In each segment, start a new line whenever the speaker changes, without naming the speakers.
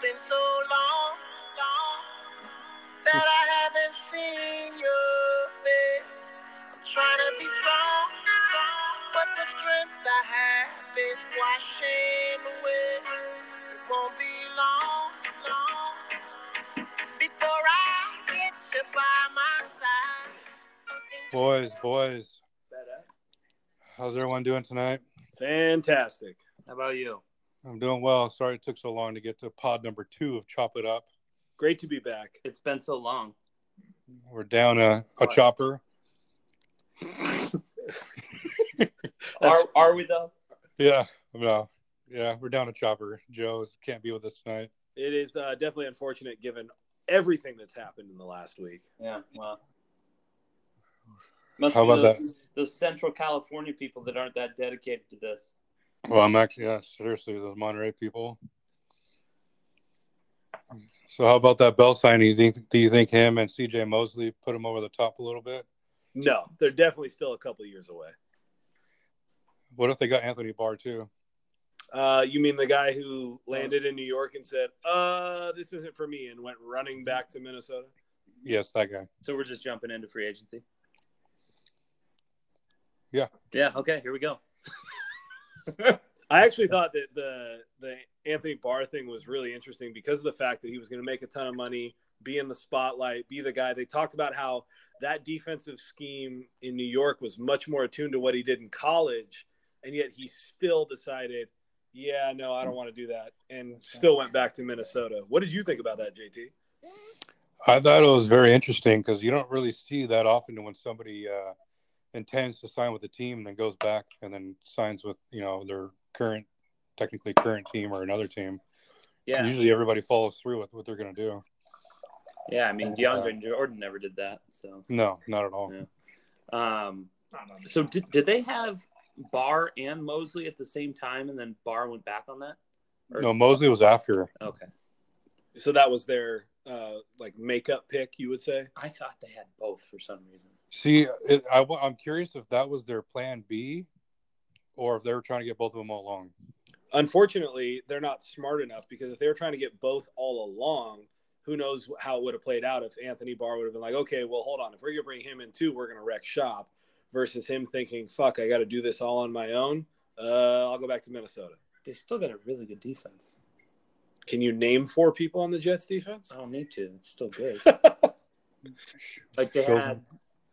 been so long, long that I haven't seen your face. I'm trying to be strong, strong, but the strength I have is washing away. It won't be long, long before I get you by my side.
Boys, boys, how's everyone doing tonight?
Fantastic.
How about you?
I'm doing well. Sorry it took so long to get to pod number two of Chop It Up.
Great to be back.
It's been so long.
We're down a, a chopper.
Are,
That's-
are we though?
Yeah, no, yeah, we're down a chopper. Joe can't be with us tonight.
It is uh, definitely unfortunate given everything that's happened in the last week.
Yeah. Wow. Must
How
be
about
those, Those Central California people that aren't that dedicated to this.
Well, I'm actually, yeah, seriously, those Monterey people. So, how about that bell signing? Do you think, do you think him and CJ Mosley put him over the top a little bit?
No, they're definitely still a couple years away.
What if they got Anthony Barr too?
Uh, you mean the guy who landed in New York and said, "Uh, this isn't for me," and went running back to Minnesota?
Yes, that guy.
So we're just jumping into free agency.
Yeah.
Yeah. Okay. Here we go.
I actually thought that the the Anthony Barr thing was really interesting because of the fact that he was going to make a ton of money, be in the spotlight, be the guy. They talked about how that defensive scheme in New York was much more attuned to what he did in college, and yet he still decided, yeah, no, I don't want to do that, and still went back to Minnesota. What did you think about that, JT?
I thought it was very interesting because you don't really see that often when somebody uh, intends to sign with a team and then goes back and then signs with you know their current, technically current team or another team.
Yeah.
Usually, everybody follows through with what they're going to do.
Yeah. I mean, DeAndre Jordan never did that. So,
No, not at all.
Yeah. um, so did, did they have Barr and Mosley at the same time, and then Barr went back on that?
No, Mosley was after.
Okay.
So that was their uh, like makeup pick, you would say.
I thought they had both for some reason.
See, it, I, am curious if that was their plan B, or if they were trying to get both of them all along.
unfortunately, they're not smart enough because if they were trying to get both all along, who knows how it would have played out if Anthony Barr would have been like, okay, well, hold on. If we're going to bring him in too, we're going to wreck shop versus him thinking, fuck, I got to do this all on my own. Uh, I'll go back to Minnesota.
They still got a really good defense.
Can you name four people on the Jets defense?
I don't need to. Oh, It's still good.
Uh,
Like they
So
had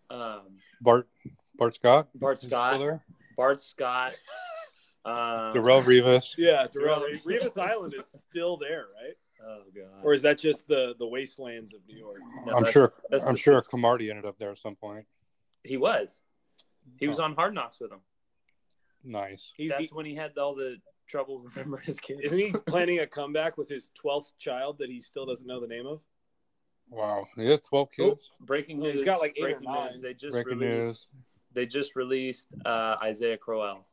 um,
Bart, Bart Scott,
Bart
is still
Scott,
there?
Bart Scott, um,
Darrell Rivas.
yeah, Darrell.
Darrell.
Revis Island is still there, right?
Oh god.
Or is that just the the wastelands of New York?
No,
I'm
that's-
sure.
that's
I'm
the-
sure Camardi ended up there at some point.
he was. He
Oh.
was on Hard Knocks with him.
Nice.
He's
That's
he,
when he had all the trouble remembering his kids.
isn't he planning a comeback with his twelfth child that he still doesn't know the name of?
Wow. He has 12 kids.
breaking news?
He's got, like, eight or
breaking
nine.
news. They just
Breaking
released.
news.
They just released uh, Isaiah Crowell.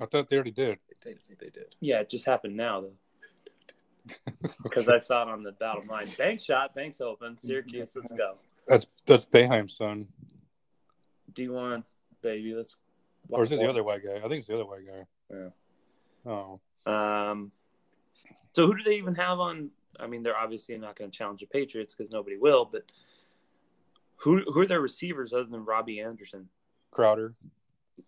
I thought they already did.
They, they did.
Yeah, it just happened now though. Because I saw it on the bottom line. Bank shot, banks open. Syracuse, let's go.
That's that's Beheim's son,
D one, baby, let's.
or is it the other white guy? I think it's the other white guy. Oh,
Um, so who do they even have on? I mean, they're obviously not going to challenge the Patriots because nobody will. But who who are their receivers other than Robbie Anderson?
Crowder.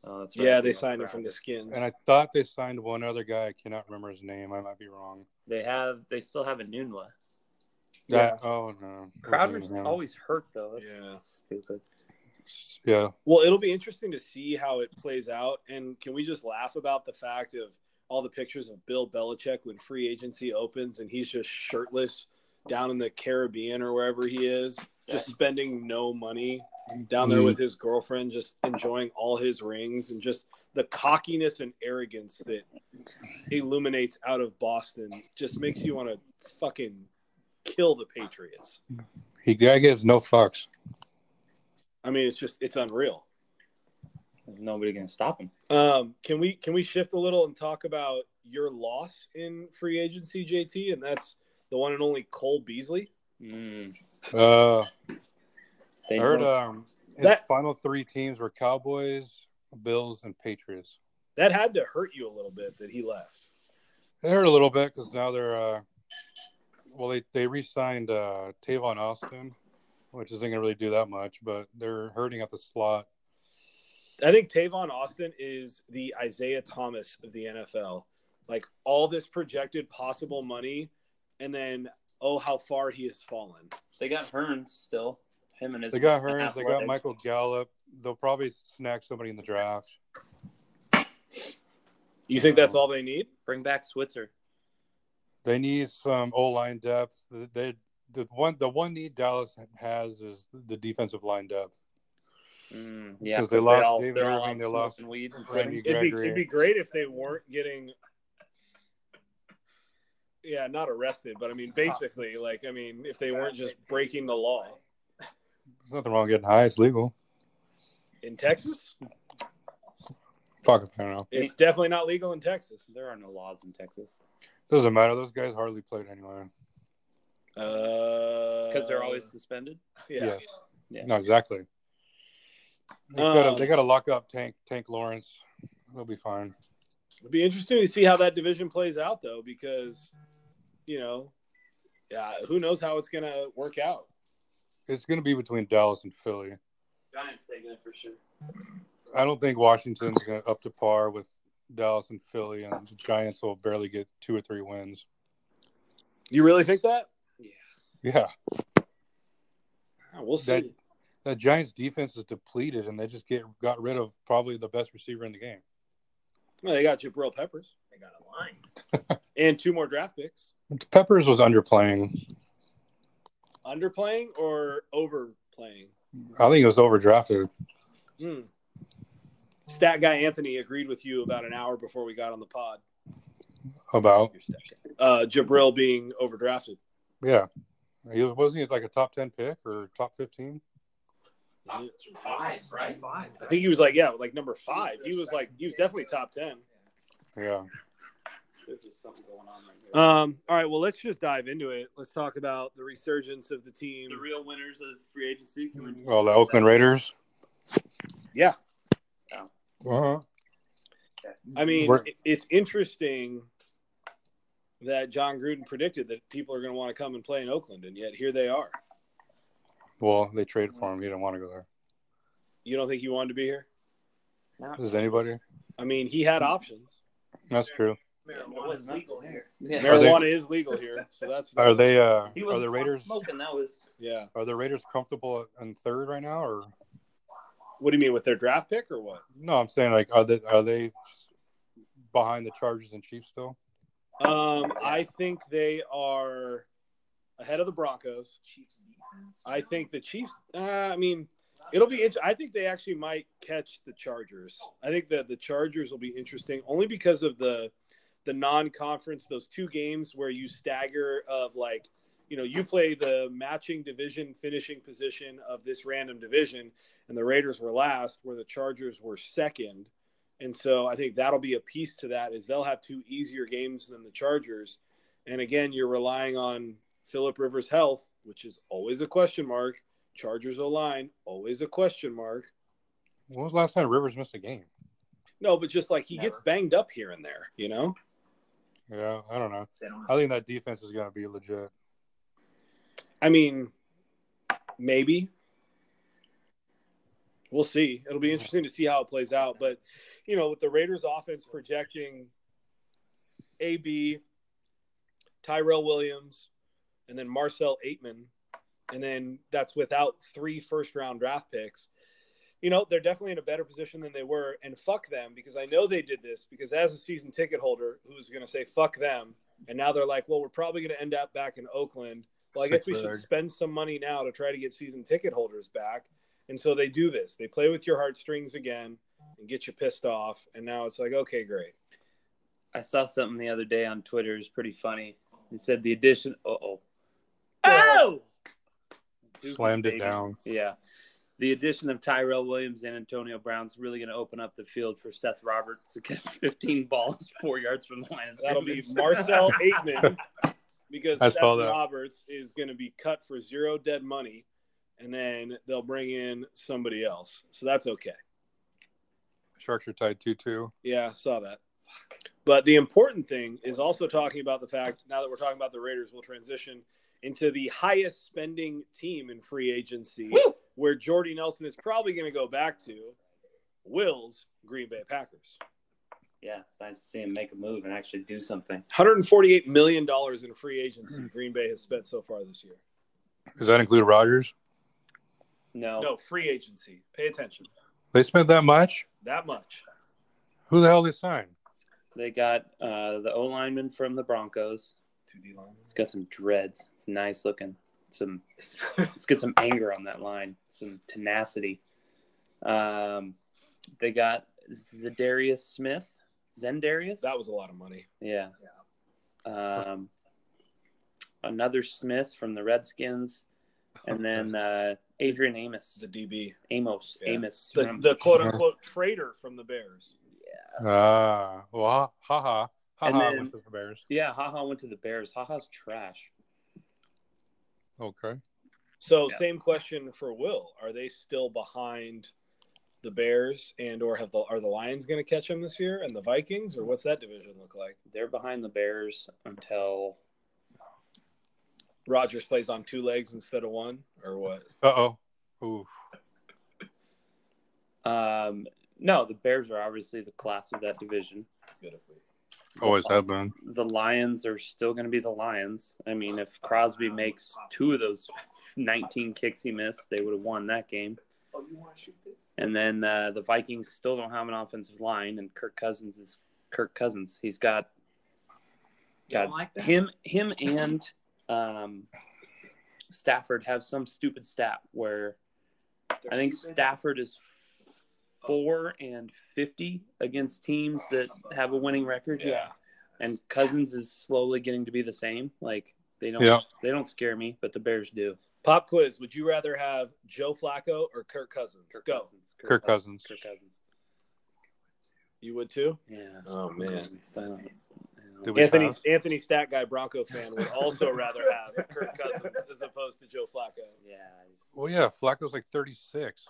Oh, that's
Yeah, they
That's
signed him
right.
from the Skins.
And I thought they signed one other guy. I cannot remember his name. I might be wrong.
They have they still have a Nunwa.
That. Oh no.
Mm-hmm. Crowder's
Yeah.
always hurt though. That's
Yeah.
stupid.
Yeah.
Well, it'll be interesting to see how it plays out. And can we just laugh about the fact of all the pictures of Bill Belichick when free agency opens and he's just shirtless down in the Caribbean or wherever he is, just spending no money down there
Mhm.
with his girlfriend, just enjoying all his rings and just the cockiness and arrogance that illuminates out of Boston just makes you want to fucking kill the Patriots.
He guy gives no fucks.
I mean, it's just, it's unreal.
Nobody going to stop him.
Um, can we can we shift a little and talk about your loss in free agency, JT? And that's the one and only Cole Beasley.
Mm.
Uh, I
They
heard um, his
That-
final three teams were Cowboys, Bills, and Patriots.
That had to hurt you a little bit that he left.
It hurt a little bit because now they're uh, well, they they re-signed uh, Tavon Austin, which isn't gonna really do that much, but they're hurting at the slot.
I think Tavon Austin is the Isaiah Thomas of the NFL. Like all this projected possible money, and then oh, how far he has fallen.
They got Hearns still. Him and his.
uh, They got Hearns, they got
athletic-
Michael Gallup. They'll probably snag somebody in the draft.
You think that's all they need?
Bring back Switzer.
They need some O line depth. They the one the one need Dallas has is the defensive line depth.
Mm, yeah,
'Cause they lost
all,
David
they're all
Irving,
out
they lost
smoking weed.
Randy
and putting-
It'd be,
Gregory.
it'd be great if they weren't getting, yeah, not arrested, but I mean, basically, like, I mean, if they weren't just breaking the law
There's nothing wrong with getting high. It's legal.
in Texas,
Fuck, if I don't know.
it's definitely not legal in Texas.
There are no laws in Texas
Doesn't matter. Those guys hardly played anyway.
Because
because they're always suspended.
Uh, yeah.
Yes.
Yeah.
No, exactly. They gotta,
Um,
they gotta lock up Tank Tank Lawrence. They'll be fine.
It'll be interesting to see how that division plays out, though, because you know, yeah, who knows how it's gonna work out.
It's gonna be between Dallas and Philly.
Giants taking it for sure.
I don't think Washington's gonna up to par with Dallas and Philly, and the Giants will barely get two or three wins.
You really think that?
Yeah,
Oh, we'll see.
That- that Giants defense is depleted, and they just get got rid of probably the best receiver in the game.
well, they got Jabril Peppers. They got a line and two more draft picks.
Peppers was underplaying.
Underplaying or overplaying?
I think it was overdrafted.
Hmm. Stat guy Anthony agreed with you about an hour before we got on the pod.
About
Your stat guy.
Uh, Jabril being overdrafted.
yeah, he was, wasn't he like a top ten pick or top fifteen?
Five, right?
I think he was like, yeah, like number five. He was like, he was definitely top ten.
Yeah,
Um, all right, well, let's just dive into it. Let's talk about the resurgence of the team.
The real winners of free agency. Can we-
well, the Oakland Raiders.
Yeah,
Uh-huh.
I mean,
We're-
it- it's interesting that John Gruden predicted that people are going to want to come and play in Oakland, and yet here they are.
Well, they traded for him. He didn't want to go there.
You don't think he wanted to be here?
Does anybody?
I mean, he had options.
That's true.
Marijuana's legal here.
Are they-
Marijuana is legal here, so that's
Are they? Uh,
He
are
was
the Raiders?
smoking. That was
yeah.
Are the Raiders comfortable in third right now, or
What do you mean with their draft pick or what?
no? I'm saying like, are they are they behind the Chargers and Chiefs still?
Um, I think they are ahead of the Broncos. I think the Chiefs. Uh, I mean, it'll be. int- I think they actually might catch the Chargers. I think that the Chargers will be interesting only because of the the non-conference. Those two games where you stagger of like, you know, you play the matching division finishing position of this random division, and the Raiders were last, where the Chargers were second. And so I think that'll be a piece to that is they'll have two easier games than the Chargers. And again, you're relying on Philip Rivers' health, which is always a question mark. Chargers O line, always a question mark.
When was the last time Rivers missed a game?
No, but just like he gets
Never.
banged up here and there, you know?
Yeah, I don't know. I think that defense is going to be legit.
I mean, maybe. We'll see. It'll be interesting to see how it plays out. But, you know, with the Raiders offense projecting AB, Tyrell Williams, and then Marcel Aitman, and then that's without three first round draft picks. You know, they're definitely in a better position than they were. And fuck them because I know they did this because as a season ticket holder, who's going to say fuck them? And now they're like, well, we're probably going to end up back in Oakland. Well, I guess we should
Pittsburgh.
spend some money now to try to get season ticket holders back. And so they do this. They play with your heartstrings again and get you pissed off. And now it's like, okay, great.
I saw something the other day on Twitter. It's pretty funny. It said the addition. Uh oh.
Oh!
Dookie,
Slammed it
baby.
down.
Yeah. The addition of Tyrell Williams and Antonio Brown's really going to open up the field for Seth Roberts to catch 15 balls, four yards from the line. of
That'll be
scrimmage.
Marcel Aitman because
I
Seth
saw that.
Roberts is going to be cut for zero dead money, and then they'll bring in somebody else. So that's okay.
Sharks are tied two two.
Yeah, I saw that. But the important thing is also talking about the fact now that we're talking about the Raiders, we'll transition into the highest spending team in free agency,
Woo!
where Jordy Nelson is probably going to go back to Will's Green Bay Packers.
Yeah, it's nice to see him make a move and actually do something.
$148 million in free agency Green Bay has spent so far this year.
Does that include Rogers?
No,
No, free agency. Pay attention.
They spent that much.
That much.
Who the hell they signed?
they got uh, the O lineman from the Broncos.
Two D
It's got some dreads. It's nice looking. Some let's get some anger on that line. Some tenacity. Um, they got Zadarius Smith. Zendarius.
That was a lot of money.
Yeah. Um, another Smith from the Redskins, and then uh, Adrian Amos.
The DB,
Amos.
Yeah.
Amos.
the, the quote unquote traitor from the Bears.
Ah, well, ha ha ha
And
ha.
then-
went to the Bears.
yeah, Haha went to the Bears. Haha's trash.
Okay.
So,
Yeah.
same question for Will: Are they still behind the Bears, and or have the are the Lions going to catch them this year, and the Vikings, or what's that division look like?
They're behind the Bears until
Rogers plays on two legs instead of one, or what?
Uh oh. Ooh.
um, no, the Bears are obviously the class of that division.
Beautifully.
Always have been.
The Lions are still going to be the Lions. I mean, if Crosby makes two of those 19 kicks he missed, they would have won that game. And then uh, the Vikings still don't have an offensive line, and Kirk Cousins is Kirk Cousins. He's got got him him and um, Stafford have some stupid stat where I think Stafford is four and fifty against teams that have a winning record.
Yeah.
and Cousins is slowly getting to be the same. Like they don't
Yeah.
they don't scare me, but the Bears do.
Pop quiz: Would you rather have Joe Flacco or Kirk Cousins?
Kirk
Go.
Cousins.
Kirk Cousins.
Kirk Cousins.
You would too.
Yeah.
Oh
I don't- I don't-
Do we
Anthony
have-
Anthony Stat Guy Bronco fan would also rather have Kirk Cousins as opposed to Joe Flacco.
Yeah. he's-
Well, yeah, Flacco's like 36.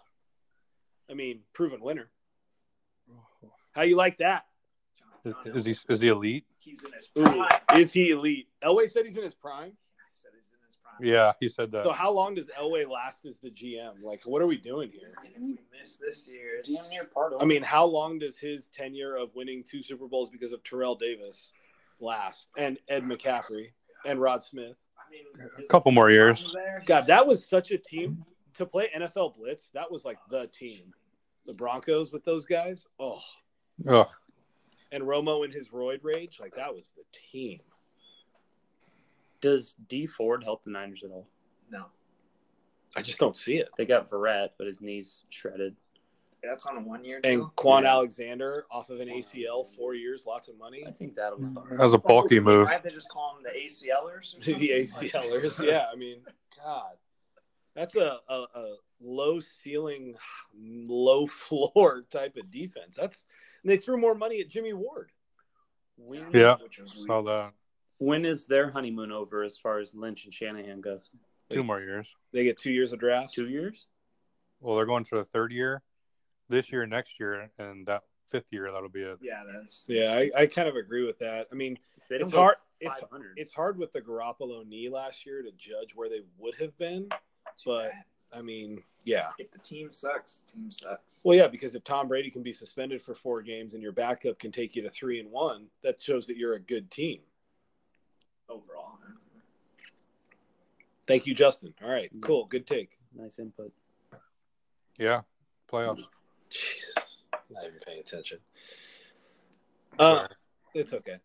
I mean, proven winner. How you like that?
Is, is he is he elite?
Ooh, is he elite? Elway said he's in his prime.
Yeah, he said
So
that.
how long does Elway last as the GM? Like, what are we doing here?
Damn near part of
I mean, how long does his tenure of winning two Super Bowls because of Terrell Davis last, and Ed McCaffrey and Rod Smith?
A couple more years.
God, that was such a team to play NFL Blitz. That was like the team, the Broncos with those guys. Oh,
Ugh.
and Romo and his roid rage. Like that was the team.
Does D Ford help the Niners at all?
No,
I just don't see it.
They got Verrett, but his knee's shredded.
that's on a one-year
And
deal.
Quan
Yeah.
Alexander off of an ACL, four years, lots of money.
I think that'll.
Mm-hmm.
That was a bulky move.
I have to just call them the ACLers. Or
the
something? Like-
ACLers. Yeah, I mean, God, that's a, a, a low ceiling, low floor type of defense. That's and they threw more money at Jimmy Ward.
When,
Yeah.
Which was
Saw that.
When is their honeymoon over as far as Lynch and Shanahan goes?
Two more years.
They get two years of draft.
Two years?
Well, they're going for the third year, this year, next year, and that fifth year. That'll be it.
Yeah, that's
Yeah, I, I kind of agree with that. I mean,
If they
it's
don't go
hard. It's
500.
it's hard with the Garoppolo knee last year to judge where they would have been.
that's too
but-
bad.
I mean, yeah.
if the team sucks, team sucks.
Well, yeah, because if Tom Brady can be suspended for four games and your backup can take you to three and one, that shows that you're a good team.
overall,
Thank you, Justin. All right, cool, good take.
nice input.
Yeah, playoffs.
Jesus, not even paying attention. Uh, it's okay.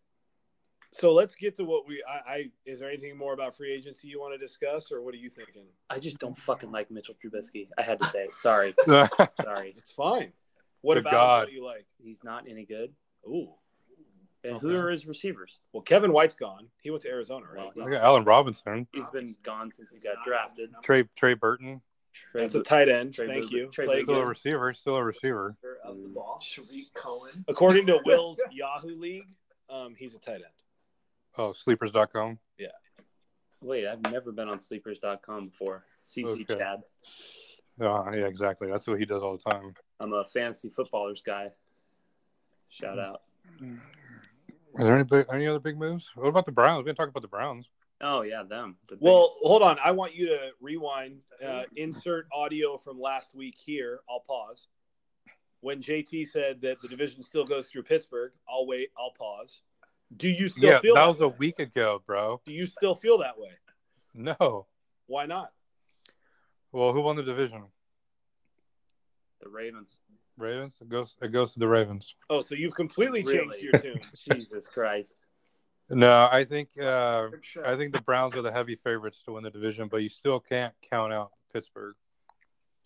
So let's get to what we. I, I is there anything more about free agency you want to discuss, or what are you thinking?
I just don't fucking like Mitchell Trubisky. I had to say it. Sorry. Sorry.
It's fine. What
Good
about
God.
what you like?
He's not any good.
Ooh,
And who
Okay.
are his receivers?
well, Kevin White's gone. He went to Arizona, right?
Well,
Look at Allen Robinson,
He's been gone since he got drafted.
Trey Trey Burton,
That's a tight end.
Trey
Thank
Boozer-
you.
Trey
Play
Boozer.
still a
good.
receiver, still a receiver.
of the ball, Sheree Cohen.
According to Will's Yahoo League, um, he's a tight end.
Oh, sleepers.com.
Wait, I've never been on sleepers.com before. CC
Okay.
Chad.
Oh, yeah, exactly. That's what he does all the time.
I'm a fantasy footballers guy. Shout out.
Are there any big, any other big moves? What about the Browns? We didn't talk about the Browns.
Oh yeah, them. The
Well,
biggest.
hold on. I want you to rewind, uh, insert audio from last week here. I'll pause. When JT said that the division still goes through Pittsburgh, I'll wait. I'll pause. Do you still
yeah,
feel
that
that
was a
way?
week ago, bro.
Do you still feel that way?
No.
Why not?
Well, who won the division?
the Ravens.
Ravens. It goes. It goes to the Ravens.
Oh, so you've completely changed
Really?
your tune.
Jesus Christ.
No, I think. Uh,
Good shot.
I think the Browns are the heavy favorites to win the division, but you still can't count out Pittsburgh.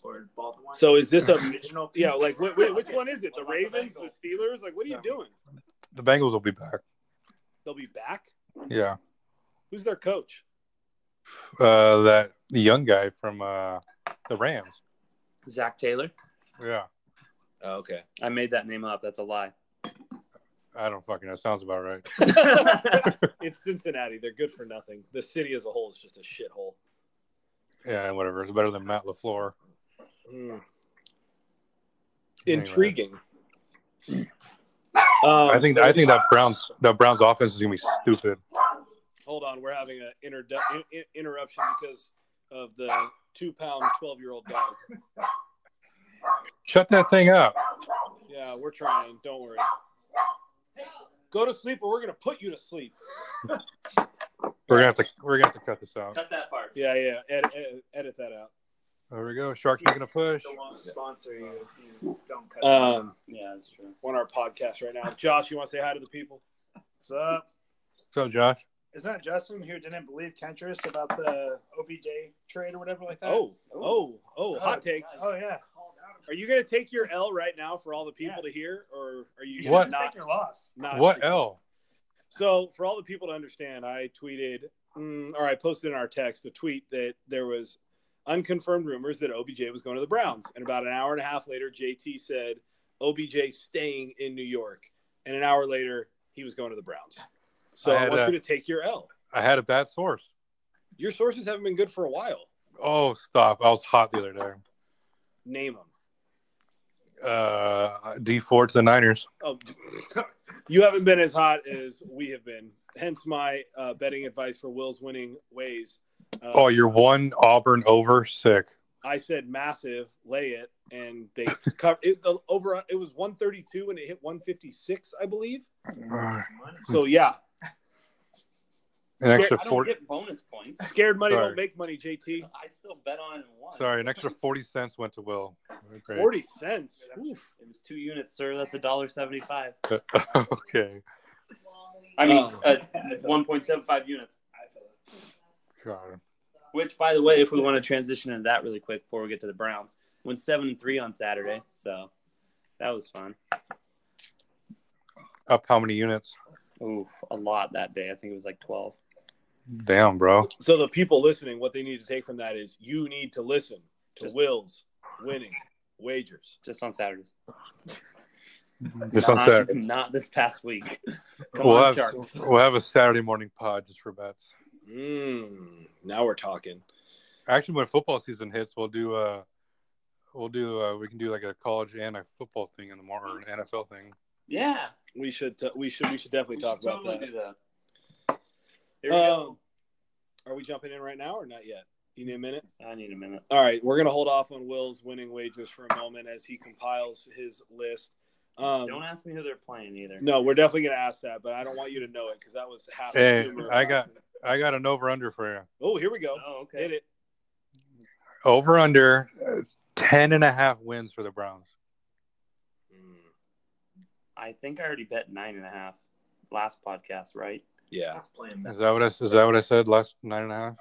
Or Baltimore.
So is this a
original.
yeah? Like, wh- wh- which one is it? The Ravens, the Steelers? Like, what are you doing?
The Bengals will be back.
They'll be back.
Yeah,
Who's their coach?
uh, that the young guy from uh, the Rams.
Zach Taylor.
Yeah,
Oh, okay.
I made that name up. That's a lie.
I don't fucking know. Sounds about right.
It's Cincinnati. They're good for nothing. The city as a whole is just a shithole.
Yeah, whatever. It's better than Matt Lafleur. Anyway.
Intriguing. Um,
I think.
so-
I think that Browns. That Browns offense is gonna be stupid.
Hold on, we're having an interdu- in- in- interruption because of the two-pound, twelve-year-old dog.
Shut that thing up.
Yeah, we're trying. Don't worry. Go to sleep, or we're gonna put you to sleep.
We're gonna have to. We're gonna have to cut this out.
Cut that part.
Yeah, yeah. Edit, edit, edit that out.
There we go. Sharks making a push.
They won't sponsor you if you don't cut.
Um,
Yeah, that's true.
on our podcast right now, Josh, you want to say hi to the people?
What's up?
So Josh,
Isn't that Justin who didn't believe Kentrist about the OBJ trade or whatever like that?
Oh, oh, oh! Hot takes.
Oh yeah.
Are you gonna take your L right now for all the people to hear, or are you
You
What?
should
not?
Take your loss.
not
what L?
So, for all the people to understand, I tweeted mm, or I posted in our text a tweet that there was unconfirmed rumors that OBJ was going to the Browns, and about an hour and a half later, JT said OBJ staying in New York, and an hour later he was going to the Browns. So
I
I,
had
want
a-
you to take your L.
I had a bad source.
Your sources haven't been good for a while.
Oh, stop! I was hot the other day.
Name them.
Uh, D four to the Niners.
Oh, you haven't been as hot as we have been. Hence my uh, betting advice for Will's winning ways. Uh,
Oh, you're one Auburn over sick.
I said massive, lay it, and they covered it. The over it was 132 and it hit 156, I believe.
An
So
Hmm.
yeah,
extra forty.
get bonus points.
scared money
Sorry.
don't make money. JT,
I still bet on one.
Sorry, an extra forty cents went to Will. Okay.
40 cents. Oof.
It was two units, sir. That's a dollar seventy-five.
okay.
I mean,
Oh.
uh, one point seven five units.
God.
Which, by the way, if we want to transition into that really quick before we get to the Browns, went seven and three on Saturday, so that was fun.
Up how many units?
Ooh, a lot that day. I think it was like twelve.
Damn, bro.
So the people listening, what they need to take from that is you need to listen to
Just-
Will's winning wagers.
Just on Saturdays.
Just on
not,
Saturday.
Not this past week. Come
We'll
on,
have,
Sharks.
we'll have a Saturday morning pod just for bets.
Mm, now we're talking.
Actually, when football season hits, we'll do uh we'll do uh, we can do like a college and a football thing in the morning, or an NFL thing.
Yeah,
We should t- we should we should definitely
we
talk
should totally
about that.
do that. Here we
Um, Are we jumping in right now or not yet? You need a minute.
go. I need a minute.
All right, we're gonna hold off on Will's winning wagers for a moment as he compiles his list.
Don't
Um,
ask me who they're playing either.
no, we're definitely gonna ask that, but I don't want you to know it because that was half. the
Hey,
humor of
I
last
got-
week.
I got an over under for you.
Oh, here we go.
Oh, okay.
Hit it.
Over under uh, 10 and a half wins for the Browns.
I think I already bet nine and a half last podcast, right?
Yeah,
That's playing
Is that what I, is that what I said last nine and a half?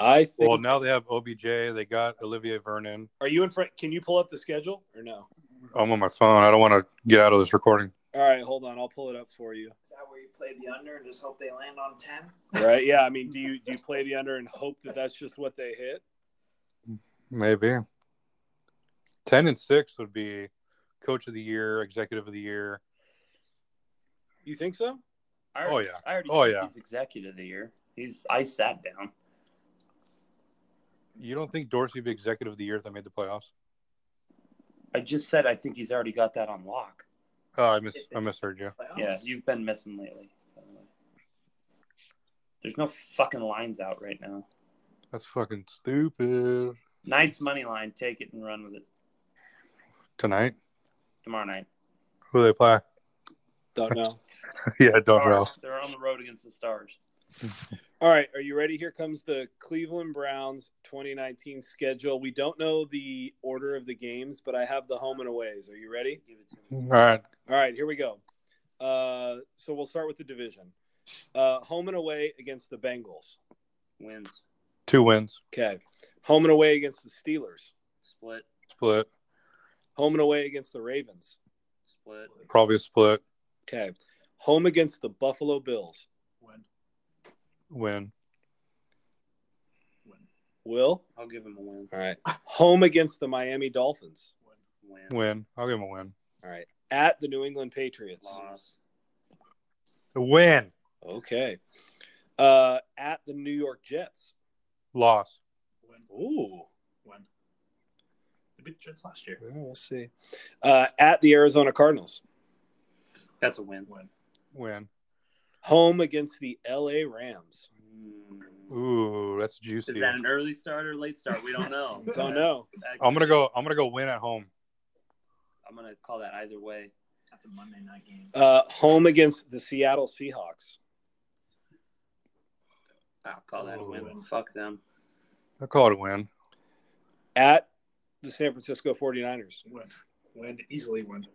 I think.
Well, now they have OBJ. They got Olivier Vernon.
Are you in front? Can you pull up the schedule or no?
I'm on my phone. I don't want to get out of this recording.
All right, hold on. I'll pull it up for you.
Is that where you play the under and just hope they land on ten?
Right? Yeah. I mean, do you do you play the under and hope that that's just what they hit?
Maybe. 10 and 6 would be coach of the year, executive of the year.
You think so?
I
Oh,
already,
yeah.
I already
Oh,
think
yeah.
He's executive of the year. He's. I sat down.
You don't think Dorsey would be executive of the year if they made the playoffs?
I just said I think he's already got that on lock.
Oh, I miss I misheard you.
oh,
Yeah, you've been missing lately. by the way. There's no fucking lines out right now.
That's fucking stupid.
Knights money line, take it and run with it
Tonight,
tomorrow night.
who they play?
Don't know.
yeah, don't know.
Stars. They're on the road against the Stars.
All right, are you ready? Here comes the Cleveland Browns 2019 schedule. We don't know the order of the games, but I have the home and aways. Are you ready?
Give it to
All
me.
right,
All right, here we go. Uh, so we'll start with the division. Uh, home and away against the Bengals.
Wins,
two wins,
Okay. Home and away against the Steelers.
split,
split,
Home and away against the Ravens.
split,
probably a split,
Okay. Home against the Buffalo Bills.
Win.
win,
Win.
Will?
I'll give him a win.
All right. Home against the Miami Dolphins.
Win.
Win,
win. I'll give them a win.
All right. At the New England Patriots.
loss,
A win,
Okay. Uh, at the New York Jets.
loss.
Win.
Ooh.
Win. They beat the Jets last year.
We'll see. Uh, at the Arizona Cardinals.
that's a win.
Win.
Win.
Home against the LA Rams.
Mm.
Ooh, that's
Is
juicy.
that an early start or late start? We don't know.
Don't know.
That-
I'm gonna go. I'm gonna go win at home.
I'm gonna call that either way.
That's a Monday night game.
Uh, home against the Seattle Seahawks. Ah,
I'll call that a win.
Ooh.
Fuck them.
I call it a win.
At the San Francisco 49ers.
Win. Win. Easily win.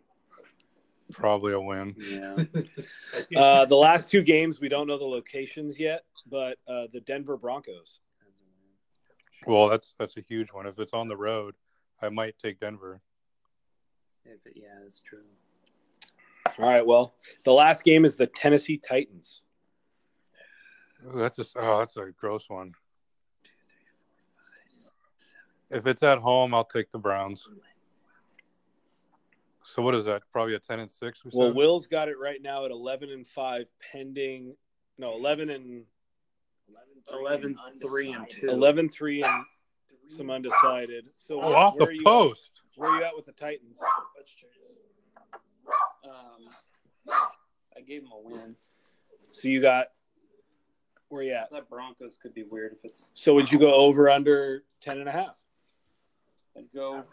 Probably a win.
Yeah.
Uh, the last two games, we don't know the locations yet, but uh, the Denver Broncos.
That's a win.
Well, that's that's a huge one. If it's on the road, I might take Denver.
If it, yeah, that's true.
All right. Well, the last game is the Tennessee Titans.
Ooh, that's just oh, that's a gross one. If it's at home, I'll take the Browns. So what is that? Probably a ten and six. We
Well,
said?
Will's got it right now at 11 and 5, pending. No, 11 and
11, 3, and 2.
11 3 and some undecided. So,
oh, off
where are
the
you at-
post.
where are you at with the Titans?
Um, I gave him a win.
So, you got where you at?
That Broncos could be weird if it's.
So, would you go over under 10 and a half?
I'd go.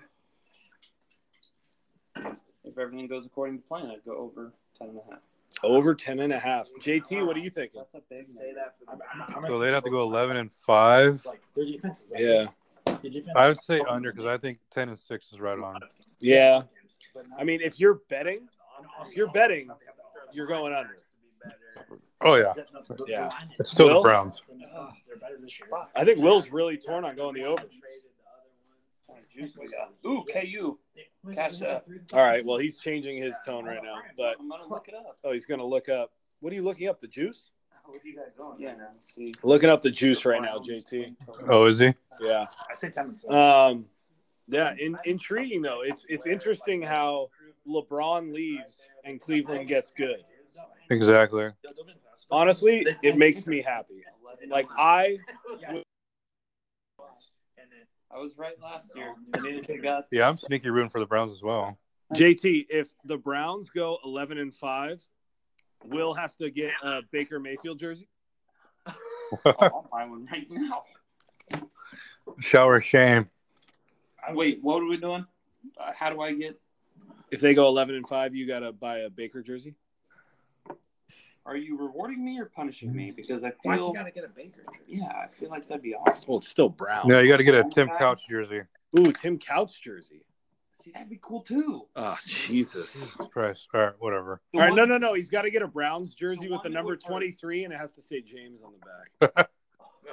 If everything goes according to plan, I'd go over ten and a half.
Over 10 and a half. JT, what are you thinking?
That's a big.
So they'd have to go eleven and five.
Like, their defense is like,
Yeah.
Their defense
I would say under because I think ten and six is right on.
Yeah. I mean, if you're betting, if you're betting, you're going under.
Oh yeah,
Yeah.
it's still
Will?
the Browns.
They're better this year.
I think Will's really torn on going the over.
Ooh, KU. Cash
uh,
that.
All right. Well, he's changing his tone right now, but
I'm gonna look it up.
oh, he's going to look up. What are you looking up? The juice?
Yeah, no, see.
Looking up the juice right now, JT.
Oh, is he?
Yeah.
I say 10 and seven.
Um, yeah. In, intriguing though. It's it's interesting how LeBron leaves and Cleveland gets good.
Exactly.
Honestly, it makes me happy. Like I,
I was right last year. I needed to got
Yeah, I'm sneaky rooting for the Browns as well.
JT, if the Browns go eleven and five, Will has to get a Baker Mayfield jersey.
I'll buy one right now.
Shower of shame.
Wait, what are we doing? Uh, how do I get?
If they go eleven and five, you gotta buy a Baker jersey.
Are you rewarding me or punishing
Mm-hmm.
me? Because I
Why's he
feel.
gotta get a Baker?
Yeah, I feel like that'd be awesome.
Well, it's still Brown.
Yeah, you got to get a Tim Couch jersey.
Ooh, Tim Couch jersey.
See, that'd be cool too.
Oh, Jesus.
Christ. All right, whatever.
The
All right,
one-
no, no, no. He's got to get a Browns jersey
The
with the
one
number
with her-
23, and it has to say James on the back.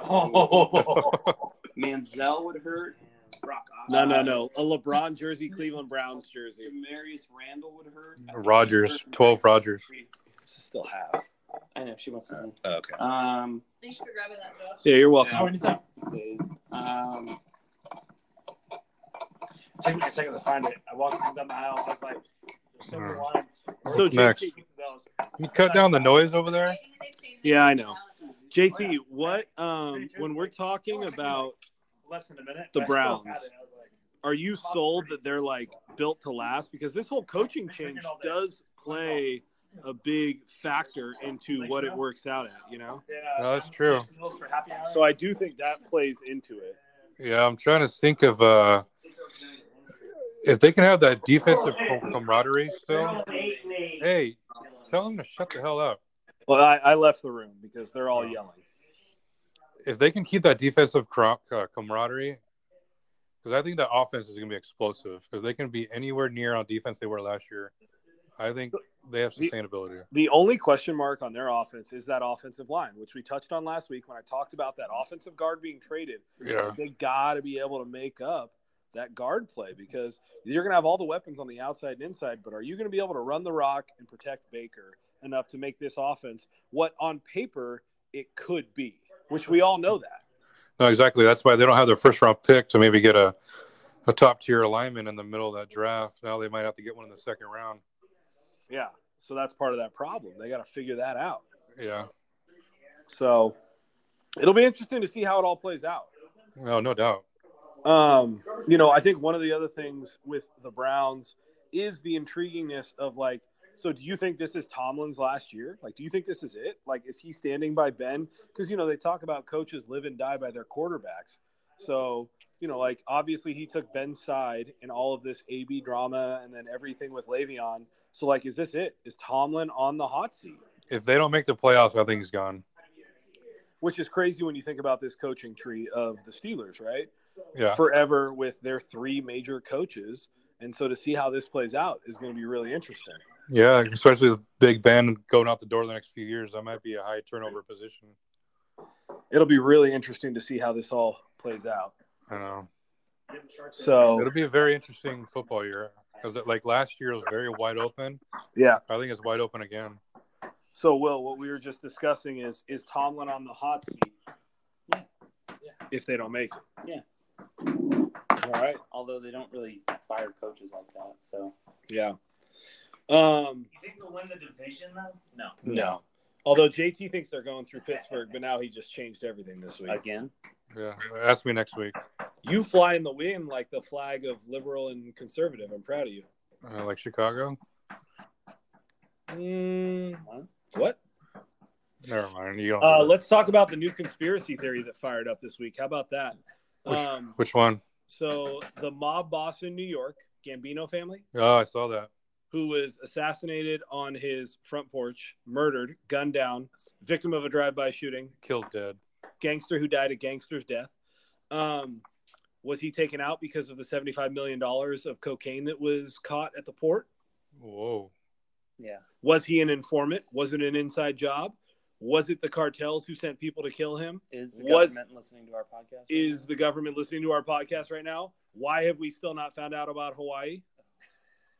Oh.
Manziel would hurt.
Brock
No,
Osweiler.
no, no. A LeBron jersey, Cleveland Browns jersey.
Demarius Randall would hurt. I think
Rogers,
he'd hurt.
12 Rogers.
This is still half.
I know she wants
Uh,
to. Say.
oh,
Okay.
Um,
Thanks for grabbing that, Bill.
Yeah, you're welcome.
Oh, anytime.
um,
Took me a second to find it. I walked down the aisle. I was like, there's so many lines.
Uh, So,
What's next?
JT,
You cut down the noise over there?
Yeah, I know. JT, what, um, when we're talking about
Less than a minute.
The
but I still
Browns.
got it. I was like,
are you sold that they're like built to last? Because this whole coaching change does play a big factor into what it works out at, you know?
No, that's true.
So I do think that plays into it.
Yeah, I'm trying to think of uh, if they can have that defensive com- camaraderie still. Hey, tell them to shut the hell up.
Well, I, I left the room because they're all yelling.
If they can keep that defensive cro- uh, camaraderie, because I think that offense is going to be explosive. If they can be anywhere near on defense they were last year, I think they have
The-
sustainability.
The only question mark on their offense is that offensive line, which we touched on last week when I talked about that offensive guard being traded.
Yeah,
They got to be able to make up that guard play because you're going to have all the weapons on the outside and inside, but are you going to be able to run the rock and protect Baker enough to make this offense what on paper it could be, which we all know that.
no, exactly. That's why they don't have their first round pick to maybe get a a top tier alignment in the middle of that draft. Now they might have to get one in the second round.
Yeah. So that's part of that problem. They got to figure that out.
Yeah,
So it'll be interesting to see how it all plays out.
no, no doubt.
Um, you know, I think one of the other things with the Browns is the intriguingness of like, so do you think this is Tomlin's last year? Like, do you think this is it? Like, is he standing by Ben? Because, you know, they talk about coaches live and die by their quarterbacks. So, you know, like, obviously he took Ben's side in all of this AB drama and then everything with Le'Veon. So, like, is this it? Is Tomlin on the hot seat?
If they don't make the playoffs, I think he's gone.
Which is crazy when you think about this coaching tree of the Steelers, right?
Yeah,
forever with their three major coaches. And so to see how this plays out is going to be really interesting.
yeah. Especially with Big Ben going out the door the next few years, that might be a high turnover position.
It'll be really interesting to see how this all plays out.
I don't know.
So,
It'll be a very interesting football year because, like last year, was very wide open.
yeah.
I think it's wide open again.
So, Will, what we were just discussing is is Tomlin on the hot seat?
Yeah.
If they don't make it.
Yeah.
All right.
Although they don't really fire coaches like that, so
Yeah. Um,
You think they'll win the division though?
no.
no. Although JT thinks they're going through Pittsburgh, but now he just changed everything this week.
Again,
Yeah, ask me next week,
You fly in the wind like the flag of liberal and conservative. I'm proud of you.
uh, like Chicago.
What?
What?
Never mind. You don't.
Mm. Uh, let's talk about the new conspiracy theory that fired up this week. How about that? Um,
Which one?
so the mob boss in New York, Gambino family,
Oh, I saw that.
who was assassinated on his front porch, murdered, gunned down, victim of a drive-by shooting,
Killed dead.
gangster who died a gangster's death. Um, was he taken out because of the seventy-five million dollars of cocaine that was caught at the port?
Whoa.
Yeah.
Was he an informant? Was it an inside job? Was it the cartels who sent people to kill him?
Is the
Was-
government listening to our podcast?
is the government listening to our podcast right now? Why have we still not found out about Hawaii?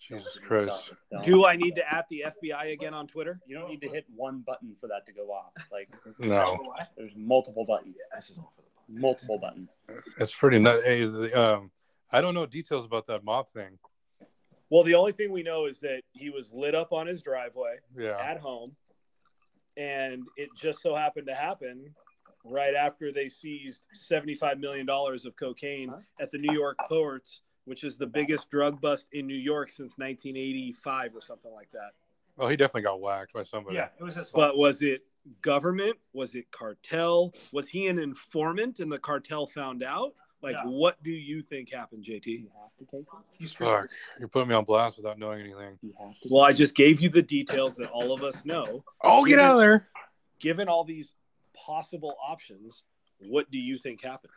Jesus Christ.
Do I need to at the FBI again on Twitter?
You don't need to hit one button for that to go off. Like
No,
there's multiple buttons. Multiple buttons.
it's pretty nut. Hey, the, um, I don't know details about that mob thing.
Well, the only thing we know is that he was lit up on his driveway
Yeah.
at home, and it just so happened to happen right after they seized $75 million of cocaine at the New York ports, which is the biggest drug bust in New York since 1985 or something like that.
Oh, he definitely got whacked by somebody.
Yeah, it was his fault.
But was it government? Was it cartel? Was he an informant and the cartel found out? Like,
No.
what do you think happened, JT?
You have to take it.
He screwed up.
Fuck. You're putting me on blast without knowing anything.
You have to.
Well, I just gave you the details that all of us know.
Oh, get out of there.
Given all these possible options, what do you think happened?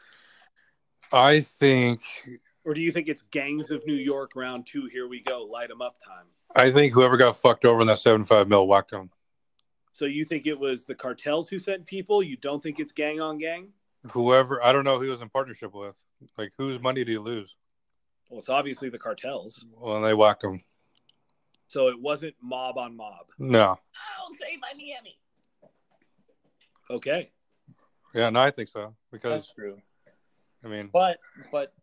I think
Or do you think it's gangs of New York round two? Here we go, light them up time.
I think whoever got fucked over in that 75 mil whacked him.
So you think it was the cartels who sent people? You don't think it's gang on gang?
Whoever, I don't know who he was in partnership with. Like, whose money did he lose?
Well, it's obviously the cartels.
Well, they whacked him.
So it wasn't mob on mob.
No.
Okay.
Yeah, no, I think so.
That's
Because,
true.
I mean,
But but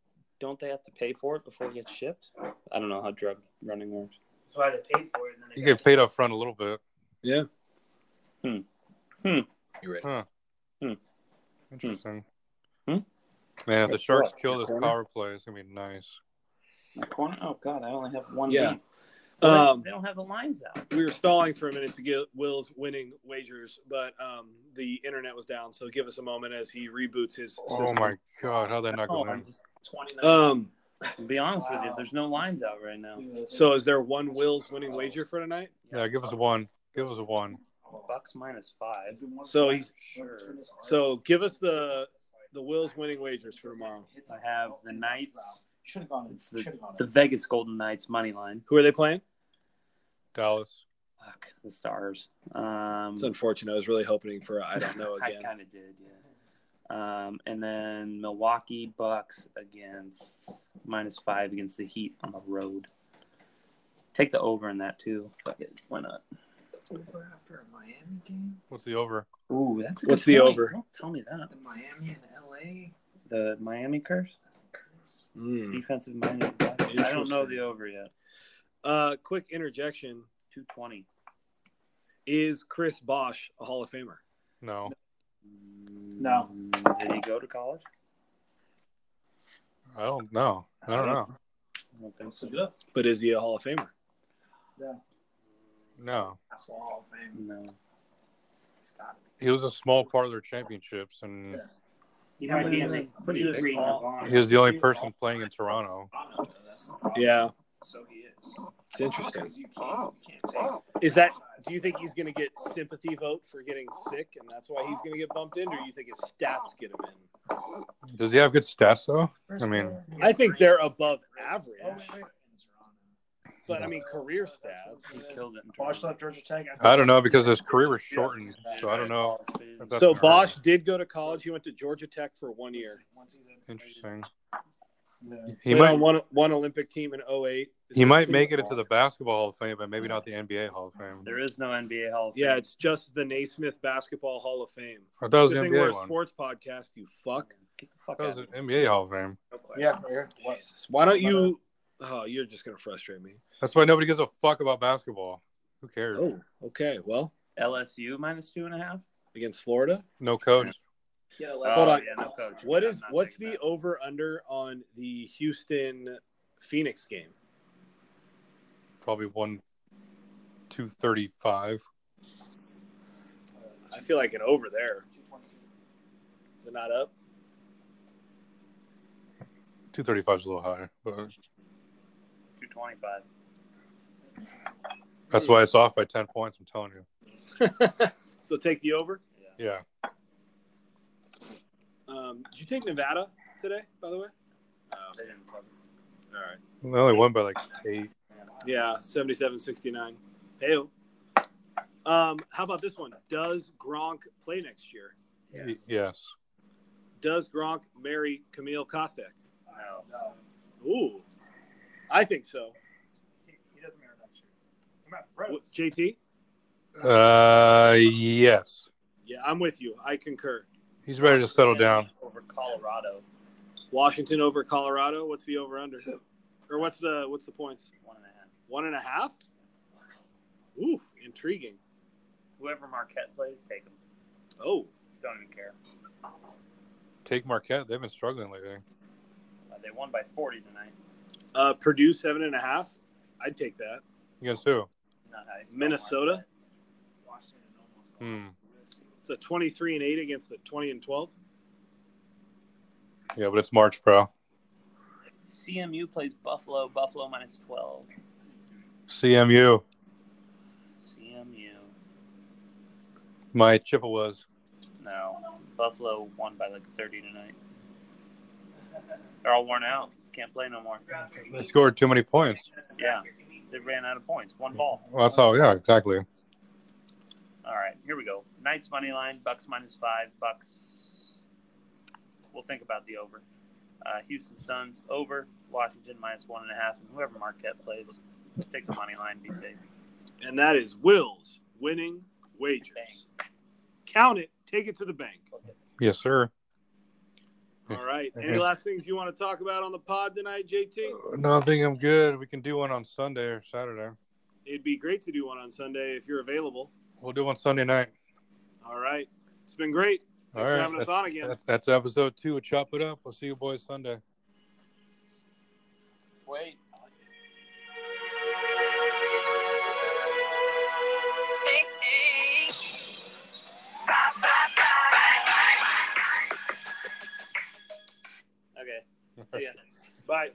don't they have to pay for it before it gets shipped? I don't know how drug running works.
That's why they paid for it. And then they
you
got
get paid up front a little bit.
You ready?
Huh.
Hmm.
Interesting.
Hmm.
Man, if the
That's
Sharks
rough.
kill
Your
this
corner.
power play, it's going to be nice.
My corner. Oh God, I only have one.
Yeah.
game. Well,
Um,
they don't have the lines out.
we were stalling for a minute to get Will's winning wagers, but um, the internet was down. So give us a moment as he reboots his
Oh
system.
my god, how that not
Oh,
go
I'm
in?
just 29.
Um,
To be honest with you,
Wow.
there's no lines out right now.
so is there one Will's winning wager for tonight?
Yeah, give us one. Give us one.
Bucks minus five.
So he's-
Sure.
So give us the the Will's winning wagers for tomorrow.
I have the Knights,
Should have gone. in. Should have gone.
the
in.
Vegas Golden Knights money line.
Who are they playing?
Dallas.
Fuck the Stars. Um,
It's unfortunate. I was really hoping for I don't know again.
I kind of did, yeah. Um, and then Milwaukee Bucks against minus five against the Heat on the road. Take the over in that too. Fuck it, why not?
over after a Miami game?
What's the over?
Ooh, that's a
What's
good
the
point.
over?
Don't tell me that.
The Miami and LA?
The Miami curse,
Mm.
defensive minded. Bucks. I don't know
Interesting.
the over yet.
Uh, quick interjection:
Two twenty.
Is Chris Bosch a Hall of Famer?
No.
No. Mm, Did he go to college?
I don't know. I don't know.
I don't think
Looks
so.
good.
But is he a Hall of Famer?
No.
That's what Hall of Fame.
No.
It's gotta be.
He was a small part of their championships and
He
Yeah, but
might be in
he
the
was-
pretty
he was
big
small.
Nirvana.
he was the only person playing in Toronto.
I don't know. That's the problem.
Yeah,
So he is.
it's interesting.
Because you can't. You can't say.
Is that? Do you think he's going to get sympathy vote for getting sick, and that's why he's going to get bumped in, or do you think his stats get him in?
Does he have good stats though? I mean,
I think they're above average,
Oh, wait, wait.
but I mean career stats.
He killed it. in
Bosch
Toronto.
left Georgia Tech.
I don't know because his career was shortened, so I don't know. if that's
So
fair.
Bosch did go to college. He went to Georgia Tech for one year.
Once he's in-
Interesting.
Yeah.
He
Played
might
on one one Olympic team in 08.
he might make it into the basketball Hall of Fame, but maybe not the NBA Hall of Fame.
There is no NBA Hall of Fame.
Yeah, it's just the Naismith Basketball Hall of Fame.
I thought it was
Good
an
thing we're
NBA
a
one.
sports podcast, you fuck.
Get the fuck
I
out
thought
of
it was
here.
an NBA Hall of Fame.
Yeah. yeah.
Jesus, why don't you? Oh, you're just gonna frustrate me.
That's why nobody gives a fuck about basketball. Who cares?
Oh, okay. Well,
LSU minus two and a half?
against Florida,
No coach.
Oh,
on.
Yeah, no coach.
what
I'm
is
not
what's
taking
the
that.
over under on the Houston Phoenix game?
Probably one two thirty five.
I feel like an over there. Is it not up?
Two thirty five is a little high, but
225?
that's why it's off by ten points. I'm telling you.
so take the over.
Yeah,
Um, did you take Nevada today, by the way? Oh,
They didn't cover.
all right.
they only won by like eight.
Yeah, 77 69. Hey, um, how about this one? Does Gronk play next year?
Yes. yes.
Does Gronk marry Camille Kostek?
No.
No.
Ooh, I think so.
He, he doesn't merit that shit. Come on,
What-
Rhodes.
JT?
Uh, yes.
Yeah, I'm with you. I concur.
He's ready to settle down.
Over Colorado.
Washington over Colorado. What's the over under? Or what's the what's the points?
One and a half.
One and a half? Ooh, intriguing.
Whoever Marquette plays, take them.
Oh,
Don't even care.
Take Marquette. They've been struggling lately.
Uh, they won by 40 tonight.
uh, Purdue seven and a half. I'd take that.
Against who?
Not how you spell
Minnesota?
Washington almost
Hmm.
lost.
It's a 23 and eight against the 20 and 12.
Yeah, but it's March, bro.
Marquette. CMU plays Buffalo. Buffalo minus 12.
CMU.
CMU.
My Chippewas.
No. Buffalo won by like 30 tonight. They're all worn out. Can't play no more.
They scored too many points.
Yeah. They ran out of points. One ball.
Well, that's all. Yeah, exactly.
All right, here we go. Knights money line, Bucks minus five, Bucks. We'll think about the over. Uh, Houston Suns over, Washington minus one and a half, and whoever Marquette plays, just take the money line, be safe.
And that is Will's winning wagers. Count it, take it to the bank.
Yes, sir.
All right. Any last things you want to talk about on the pod tonight, JT?
No, I think I'm good. We can do one on Sunday or Saturday.
It'd be great to do one on Sunday if you're available.
We'll do one Sunday night.
All right. It's been great.
All
Thanks for
right.
having us on again.
That's, that's episode two of Chop It Up. We'll see you boys Sunday.
Wait.
Okay.
Bye.